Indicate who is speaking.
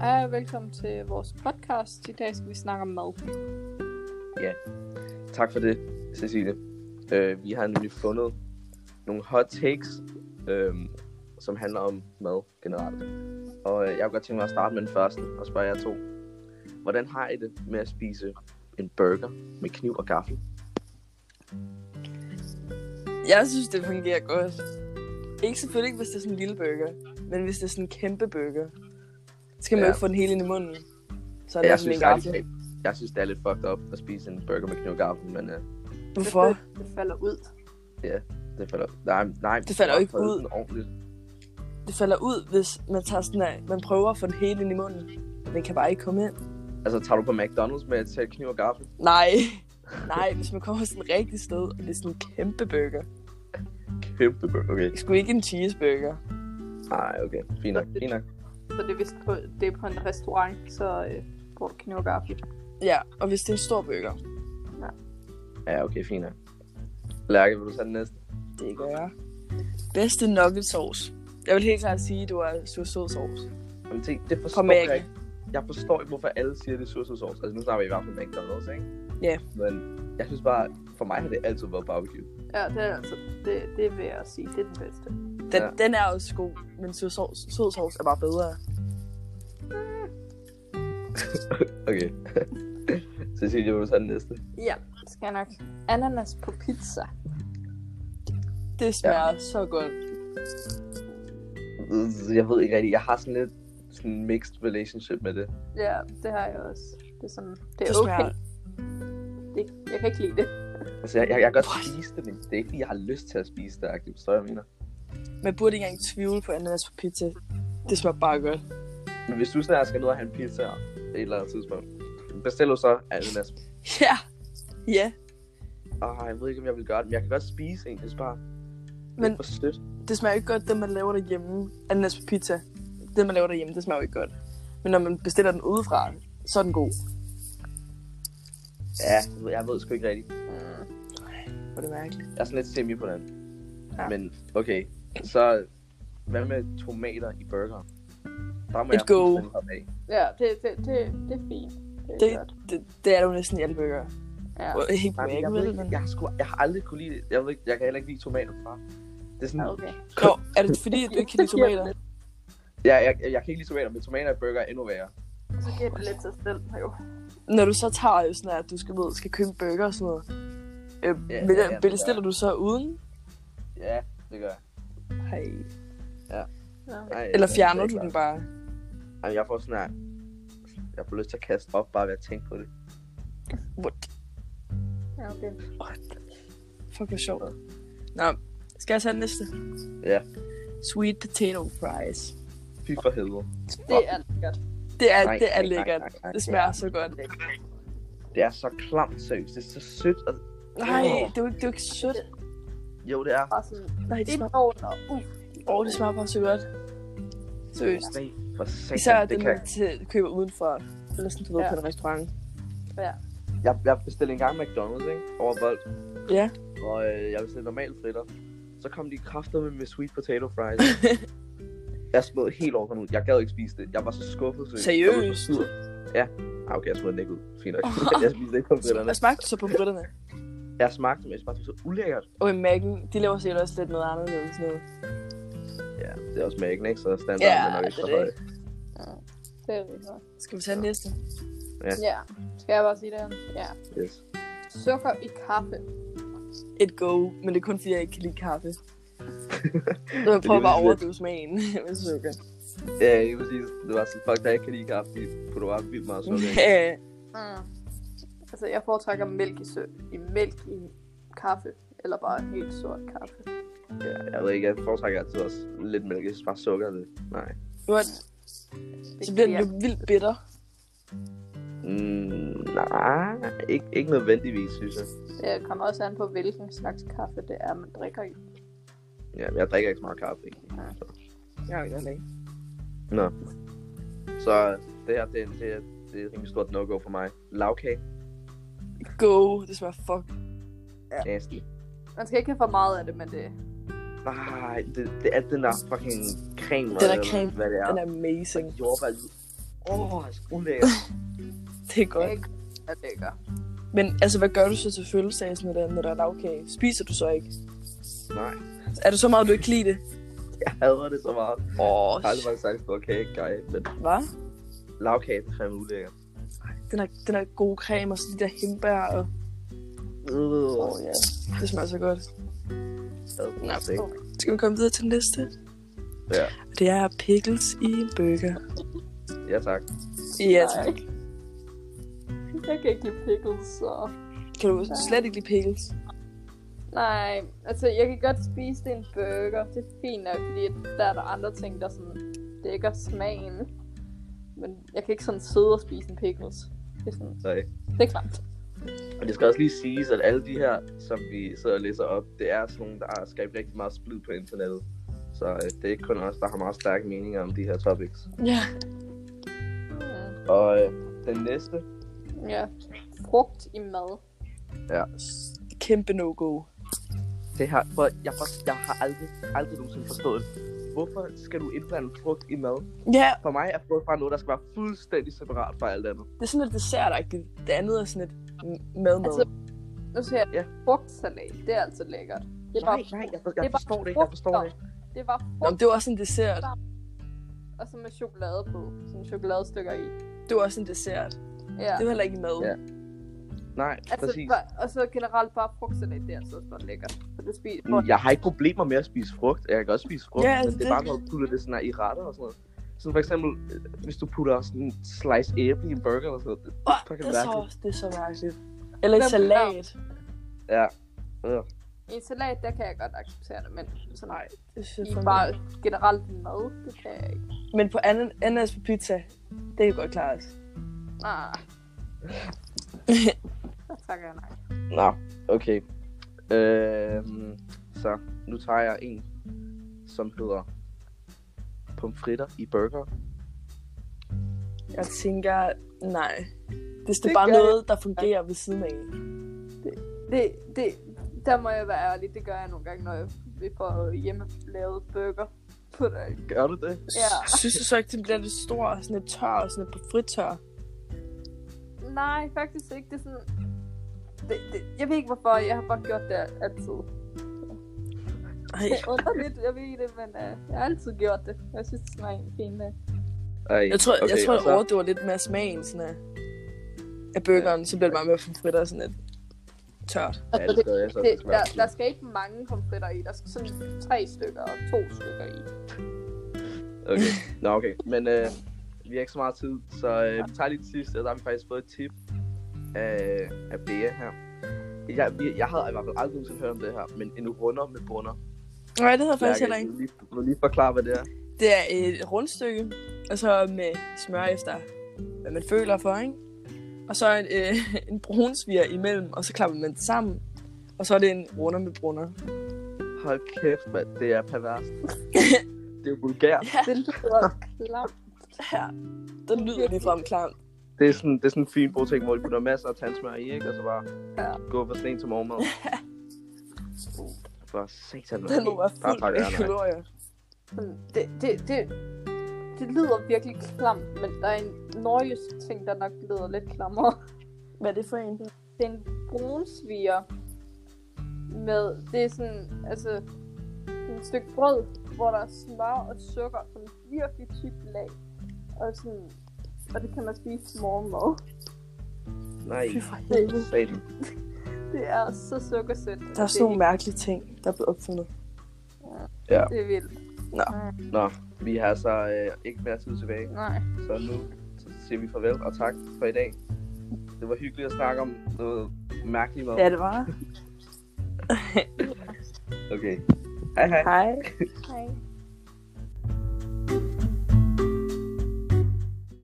Speaker 1: og velkommen til vores podcast. I dag skal vi snakke om mad.
Speaker 2: Tak for det, Cecilie. Øh, vi har nemlig fundet nogle hot takes, øh, som handler om mad generelt. Og øh, jeg kunne godt tænke mig at starte med den første og spørge jer to. Hvordan har I det med at spise en burger med kniv og gaffel?
Speaker 3: Jeg synes, det fungerer godt. Ikke selvfølgelig ikke, hvis det er sådan en lille burger, men hvis det er sådan en kæmpe burger. Så skal man
Speaker 2: Ja.
Speaker 3: jo ikke få den hele ind i munden. Så er
Speaker 2: Ja,
Speaker 3: det
Speaker 2: jeg,
Speaker 3: sådan en
Speaker 2: synes,
Speaker 3: gaffel.
Speaker 2: ærligt talt- jeg synes, det er lidt fucked up at spise en burger med kniv og gaffel, men øh,
Speaker 3: Hvorfor?
Speaker 1: Det, det falder ud.
Speaker 2: det falder... Nej, nej,
Speaker 3: Det falder jo ikke ud.
Speaker 2: Den ordentligt.
Speaker 3: Det falder ud, hvis man tager sådan af, man prøver at få den hele ind i munden. Men den kan bare ikke komme ind.
Speaker 2: Altså, tager du på McDonald's med et sæt kniv og gaffel?
Speaker 3: Nej. Nej, hvis man kommer sådan et rigtigt sted, og det er sådan en kæmpe burger.
Speaker 2: Kæmpe burger, okay.
Speaker 3: Det er sgu ikke en cheeseburger.
Speaker 2: Nej, okay. Fint nok, fint nok.
Speaker 1: Så det er vist på, det er på en restaurant, så øh, bruger du kniv og gaffel.
Speaker 3: Ja, og hvis det er en stor burger,
Speaker 2: Ja, okay, fint nok. Lærke, vil du tage den næste?
Speaker 3: det gør jeg. Bedste nuggetsauce. Jeg vil helt klart sige, at du er sur sød sovs.
Speaker 2: Jamen, se, det forstår
Speaker 3: Kom med
Speaker 2: jeg
Speaker 3: æg.
Speaker 2: ikke. Jeg forstår ikke, hvorfor alle siger, det er sursødsovs. Altså, nu snakker vi i hvert fald McDonald's, ikke?
Speaker 3: Ja.
Speaker 2: Men jeg synes bare, for mig har det altid været barbecue.
Speaker 1: Ja, det er altså, det, det vil jeg sige, det er den bedste.
Speaker 3: Den,
Speaker 2: Ja.
Speaker 3: ja. den er også god, men sød sovs, sød sovs er bare bedre.
Speaker 2: Okay. Cecilie, vil du tage den næste?
Speaker 1: Ja, det skal jeg nok. Ananas på pizza.
Speaker 3: Det smager ja. så godt.
Speaker 2: Jeg ved ikke rigtigt. Jeg har sådan lidt sådan mixed relationship med det.
Speaker 1: Ja, det har jeg også. Det er, sådan, det er
Speaker 3: Det
Speaker 1: okay.
Speaker 3: smager,
Speaker 1: Det, jeg kan ikke lide det.
Speaker 2: Altså, jeg, jeg, jeg kan godt
Speaker 3: What?
Speaker 2: spise det, men det er ikke, fordi jeg har lyst til at spise det, agtigt. Forstår du, hvad jeg mener?
Speaker 3: man burde ikke engang tvivle på ananas på pizza. Det smager bare godt.
Speaker 2: Men hvis du snart skal ned og have en pizza et eller andet tidspunkt, bestil du så ananas.
Speaker 3: Ja. Ja,
Speaker 2: Åh, jeg ved ikke, om jeg vil gøre det, men jeg kan godt spise en. Det er bare men...
Speaker 3: Men-
Speaker 2: for sødt.
Speaker 3: det smager jo ikke godt, det man laver derhjemme. Ananas på pizza, det man laver derhjemme, det smager jo ikke godt. Men når man bestiller den udefra, så er den god.
Speaker 2: Ja, jeg ved, jeg ved sgu ikke rigtigt.
Speaker 1: Mm.
Speaker 3: Var det mærkeligt?
Speaker 2: Jeg er sådan lidt semi på den. Ja.
Speaker 1: Ja.
Speaker 2: Men okay, så hvad med tomater i burger? Der må
Speaker 3: Et go.
Speaker 2: fuldstændig hoppe af.
Speaker 1: Ja, det, det, det, det er fint. Det er
Speaker 3: Det-
Speaker 1: godt.
Speaker 3: Det, det er jo næsten i alle bøger.
Speaker 1: Ja.
Speaker 3: Ja. Ikke på
Speaker 2: Nej, men
Speaker 3: ikke,
Speaker 2: jeg, ved
Speaker 3: vel?
Speaker 2: ikke,
Speaker 3: Men...
Speaker 2: jeg, har sgu, jeg har aldrig kunne lide det. Jeg, ved ikke, jeg kan heller ikke lide tomater fra. Det er sådan,
Speaker 1: Ja, okay.
Speaker 3: Nå, er det fordi, at du ikke kan lide
Speaker 1: Så giver det
Speaker 3: tomater?
Speaker 1: lidt-
Speaker 2: ja, jeg, jeg, jeg kan ikke lide tomater, men tomater i burger er endnu værre.
Speaker 1: Så giver det lidt sig selv, jo.
Speaker 3: Når du så tager jo sådan, at du skal, ved, skal købe en burger og sådan noget, øh,
Speaker 2: ja,
Speaker 3: ja,
Speaker 2: ja,
Speaker 3: ja,
Speaker 2: det gør
Speaker 3: bestiller du så uden?
Speaker 2: Ja, det gør jeg.
Speaker 3: Hej.
Speaker 1: Ja.
Speaker 2: Nej,
Speaker 3: Eller
Speaker 2: jeg-
Speaker 3: fjerner
Speaker 2: jeg-
Speaker 3: du
Speaker 2: jeg-
Speaker 3: den bare?
Speaker 2: Jamen, jeg får sådan her... Jeg får lyst til at kaste op bare ved at tænke på det.
Speaker 3: What?
Speaker 1: Ja, okay.
Speaker 3: Fuck, hvor sjovt. Nå, skal jeg tage den næste?
Speaker 2: Ja.
Speaker 3: Sweet potato fries.
Speaker 2: Fy for helvede.
Speaker 1: Det er lækkert.
Speaker 3: Det er,
Speaker 2: Nej,
Speaker 3: det er
Speaker 2: nej,
Speaker 3: lækkert.
Speaker 2: nej, nej, nej.
Speaker 3: Det smager så godt.
Speaker 2: Det er så klamt, seriøst. Det er så sødt. Og...
Speaker 3: Nej, det er jo ikke, det er jo ikke sødt.
Speaker 2: Jo, det er.
Speaker 1: Bare sådan,
Speaker 3: Nej, det
Speaker 1: det
Speaker 3: smager,
Speaker 1: er under. Uh.
Speaker 3: åh, det smager bare så godt. Seriøst.
Speaker 2: Nej, For satan,
Speaker 3: Især
Speaker 2: det
Speaker 3: det,
Speaker 2: kan
Speaker 3: man til- køber udenfor. Eller sådan, du ved,
Speaker 1: Ja.
Speaker 3: på en restaurant.
Speaker 2: jeg, jeg bestilte engang McDonald's, ikke? Over vold.
Speaker 3: Ja.
Speaker 2: Og øh, jeg bestilte normal fritter. Så kom de krafter med, med sweet potato fries. jeg smed helt over nu. Jeg gad ikke spise det. Jeg var så skuffet. Så Jeg blev så
Speaker 3: Seriøst?
Speaker 2: sur. Ja. Ah, okay, jeg smed den ikke ud. Fint nok. jeg spiste ikke pomfritterne.
Speaker 3: Hvad smagte du så på britterne?
Speaker 2: Jeg smagte dem, jeg smagte dem så ulækkert.
Speaker 3: Og i Mac'en, de laver sikkert også lidt noget anderledes. Noget.
Speaker 2: Ja, det er også mækken, ikke? Så standarden
Speaker 3: Ja,
Speaker 2: er nok ikke
Speaker 3: det
Speaker 2: så
Speaker 3: er
Speaker 2: høj.
Speaker 3: det.
Speaker 1: Det er rigtig godt.
Speaker 3: Skal vi tage den næste?
Speaker 1: Ja. Skal jeg bare sige det? Ja.
Speaker 2: Yes.
Speaker 1: Sukker i kaffe.
Speaker 3: Et go, men det er kun fordi, jeg ikke kan lide kaffe. Så jeg
Speaker 2: Det er
Speaker 3: prøver bare at
Speaker 2: lidt-
Speaker 3: overdøve smagen med sukker.
Speaker 2: Ja, lige præcis. Det var sådan, fuck, der ikke kan lide kaffe, fordi putter bare vildt meget sukker. i.
Speaker 3: Ja,
Speaker 1: Mm. Altså, jeg foretrækker mælk i, sø i mælk i kaffe. Eller bare helt sort kaffe.
Speaker 2: Ja, jeg ved ikke, jeg foretrækker altid også lidt mælk. Jeg synes bare sukker, er det. Nej.
Speaker 3: godt. Så bliver den jo vildt bitter.
Speaker 2: Mm, nej, ikke, ikke nødvendigvis, synes jeg.
Speaker 1: Det kommer også an på, hvilken slags kaffe det er, man drikker i.
Speaker 2: Ja, men jeg drikker ikke så meget kaffe. Ikke?
Speaker 3: Ja, ikke.
Speaker 2: Nå. Så det her, det er, det er, det er et rimelig stort no-go for mig. Lavkage,
Speaker 3: Go, det smager fuck.
Speaker 2: nasty.
Speaker 1: Man skal ikke have for meget af det, men det
Speaker 2: Nej, det, det er den der fucking creme,
Speaker 3: Den der
Speaker 2: eller
Speaker 3: creme,
Speaker 2: hvad det er.
Speaker 3: Den er amazing.
Speaker 2: Jordbær, Åh, skolelæger.
Speaker 3: Det er godt.
Speaker 1: Ikke er lækker.
Speaker 3: Men altså, hvad gør du så til fødselsdagen, når der, når der er lavkage? Spiser du så ikke?
Speaker 2: Nej,
Speaker 3: Er det så meget, du ikke kan lide det?
Speaker 2: jeg hader det så meget. Jeg
Speaker 3: Åh, oh,
Speaker 2: har aldrig faktisk sagt en stor kage, guy, men
Speaker 3: hvad?
Speaker 2: lavkage det er fandme ulækkert.
Speaker 3: Den er, den er god creme og så de der hindbær og... Åh, oh, ja. Det smager så godt.
Speaker 2: Nå,
Speaker 3: Nå, Skal vi komme videre til den næste?
Speaker 2: Altså, Ja.
Speaker 3: Og Det er pickles i en burger.
Speaker 2: Ja, tak.
Speaker 3: Ja,
Speaker 1: Nej.
Speaker 3: tak.
Speaker 1: Jeg kan ikke lide pickles, så...
Speaker 3: Kan du slet ikke lide pickles?
Speaker 1: Nej, altså jeg kan godt spise det i en burger. Det er fint nok, fordi der er der andre ting, der sådan dækker smagen. Men jeg kan ikke sådan sidde og spise en pickles. Det er, sådan,
Speaker 2: Nej.
Speaker 1: det er klart.
Speaker 2: Og det skal også lige siges, at alle de her, som vi sidder og læser op, det er sådan nogle, der har skabt rigtig meget splid på internettet. Så øh, det er ikke kun os, der har meget stærke meninger om de her topics.
Speaker 3: Ja.
Speaker 1: Mm.
Speaker 2: Og øh, den næste,
Speaker 1: Ja. Frugt i mad.
Speaker 3: Kæmpe no-go.
Speaker 2: det her, for jeg, for, jeg har aldrig, aldrig nogensinde forstået, hvorfor skal du indblande frugt i mad?
Speaker 3: Ja,
Speaker 2: For mig er frugt bare noget, der skal være fuldstændig separat fra alt andet.
Speaker 3: det er sådan lidt dessertagtigt. Det andet er sådan lidt mad, mad.
Speaker 1: Altså- Nu ser jeg,
Speaker 2: Ja.
Speaker 1: ja. frugtsalat, det er altså lækkert. Det er bare,
Speaker 2: jeg,
Speaker 1: det er bare frugter. Det var
Speaker 3: Nå, men
Speaker 1: frugt,
Speaker 3: det var også en dessert.
Speaker 1: og så med chokolade på. Sådan chokoladestykker i.
Speaker 3: Det var også en dessert.
Speaker 1: Ja.
Speaker 3: Det var heller ikke mad.
Speaker 2: Ja. Nej, altså,
Speaker 1: Altså,
Speaker 2: præcis.
Speaker 1: bare, og så generelt bare frugtsalat, det er altså også bare lækkert. For det spiser for
Speaker 2: Mm, Jeg har ikke problemer med at spise frugt. Jeg kan også spise frugt,
Speaker 3: Ja,
Speaker 2: ja,
Speaker 3: altså
Speaker 2: men det er
Speaker 3: det-
Speaker 2: bare, når du putter det sådan her i retter og sådan noget. Sådan for eksempel, øh, hvis du putter sådan en slice æble i en burger eller sådan noget. det-
Speaker 3: Åh,
Speaker 2: Fucking
Speaker 3: det, er
Speaker 2: mærkeligt.
Speaker 3: så, det er så mærkeligt. Eller en
Speaker 1: Hvem-
Speaker 3: salat.
Speaker 2: Ja, Øh,
Speaker 1: I en salat, der kan jeg godt acceptere det, men sådan, nej,
Speaker 3: Det synes
Speaker 1: i
Speaker 3: jeg fandme-
Speaker 1: bare generelt mad, det kan jeg ikke.
Speaker 3: Men på anden, ananas på pizza, det kan godt klares.
Speaker 1: Nej. Ah. Der takker jeg nej.
Speaker 2: nå, okay. Øhm, så nu tager jeg en, som hedder pomfritter i burger.
Speaker 3: Jeg tænker, nej. Hvis det,
Speaker 1: Det
Speaker 3: er bare
Speaker 1: gør
Speaker 3: noget, der fungerer ved siden af.
Speaker 1: Det, det, der må jeg være ærlig, det gør jeg nogle gange, når jeg vi får hjemmelavet burger på dig.
Speaker 2: Gør du det?
Speaker 1: Ja.
Speaker 3: Synes du så ikke, den bliver lidt stor og sådan lidt tør og sådan lidt på fritør?
Speaker 1: Nej, faktisk ikke. Det er sådan... Det, det, jeg ved ikke hvorfor, jeg har bare gjort det altid.
Speaker 3: Ej,
Speaker 1: Det er underligt, jeg ved det, men uh, jeg har altid gjort det. Jeg synes, det smager egentlig fint. Uh.
Speaker 2: Ej,
Speaker 3: jeg tror, okay, jeg, tror
Speaker 2: og
Speaker 3: jeg overdøver lidt mere smagen sådan af, af burgeren, så bliver det bare mere fritter og sådan lidt tørt.
Speaker 2: Ja, det gør jeg så.
Speaker 1: Det, der, der skal ikke mange pomfritter i. Der skal sådan tre stykker og to stykker i.
Speaker 2: Okay. Nå, okay. Men øh, vi har ikke så meget tid, så øh, vi tager lige det sidste, og der har vi faktisk fået et tip af, af Bea her. Jeg, vi, jeg havde i hvert fald aldrig nogensinde hørt om det her, men en runder med bunder.
Speaker 3: Nej, det havde jeg faktisk
Speaker 2: Lærke,
Speaker 3: heller ikke.
Speaker 2: Vil du lige, vil du lige forklare, hvad det er?
Speaker 3: Det er et rundstykke, og så med smør efter, hvad man føler for, ikke? Og så en, øh, en brunsviger imellem, og så klapper man det sammen. Og så er det en runder med brunner.
Speaker 2: Hold kæft, mand. Det er perverst. det er jo vulgært.
Speaker 1: Det lyder klamt.
Speaker 3: Ja, den lyder ligefrem klam.
Speaker 2: Det er sådan, det er sådan en fin brug ting, hvor de putter masser af tandsmør i, ikke? Og så bare
Speaker 1: Ja.
Speaker 2: gå for sådan en til morgenmad. For satan, mand.
Speaker 3: Den var
Speaker 2: Der er
Speaker 3: fuld
Speaker 2: faktisk
Speaker 3: af
Speaker 2: andre.
Speaker 3: kalorier.
Speaker 1: Sådan, Det, det, det, det lyder virkelig klamt, men der er en nordjysk ting, der nok lyder lidt klammere.
Speaker 3: Hvad er det for en?
Speaker 1: Det er en brunsviger med, det er sådan, altså, et stykke brød, hvor der er smør og sukker, som er virkelig tykt lag. Og sådan, og det kan man spise til morgenmad.
Speaker 2: Nej,
Speaker 3: Fy for helvede.
Speaker 2: for satan.
Speaker 1: Det er så sukkersødt.
Speaker 3: Der er sådan nogle mærkelige ting, der er blevet opfundet.
Speaker 1: Det er vildt.
Speaker 2: Nå, vi har altså øh, ikke mere tid tilbage.
Speaker 1: Nej.
Speaker 2: Så nu så siger vi farvel og tak for i dag. Det var hyggeligt at snakke om noget mærkeligt mad.
Speaker 3: Ja, det var.
Speaker 2: Okay. Hej hej.
Speaker 3: Hej.
Speaker 1: Hej.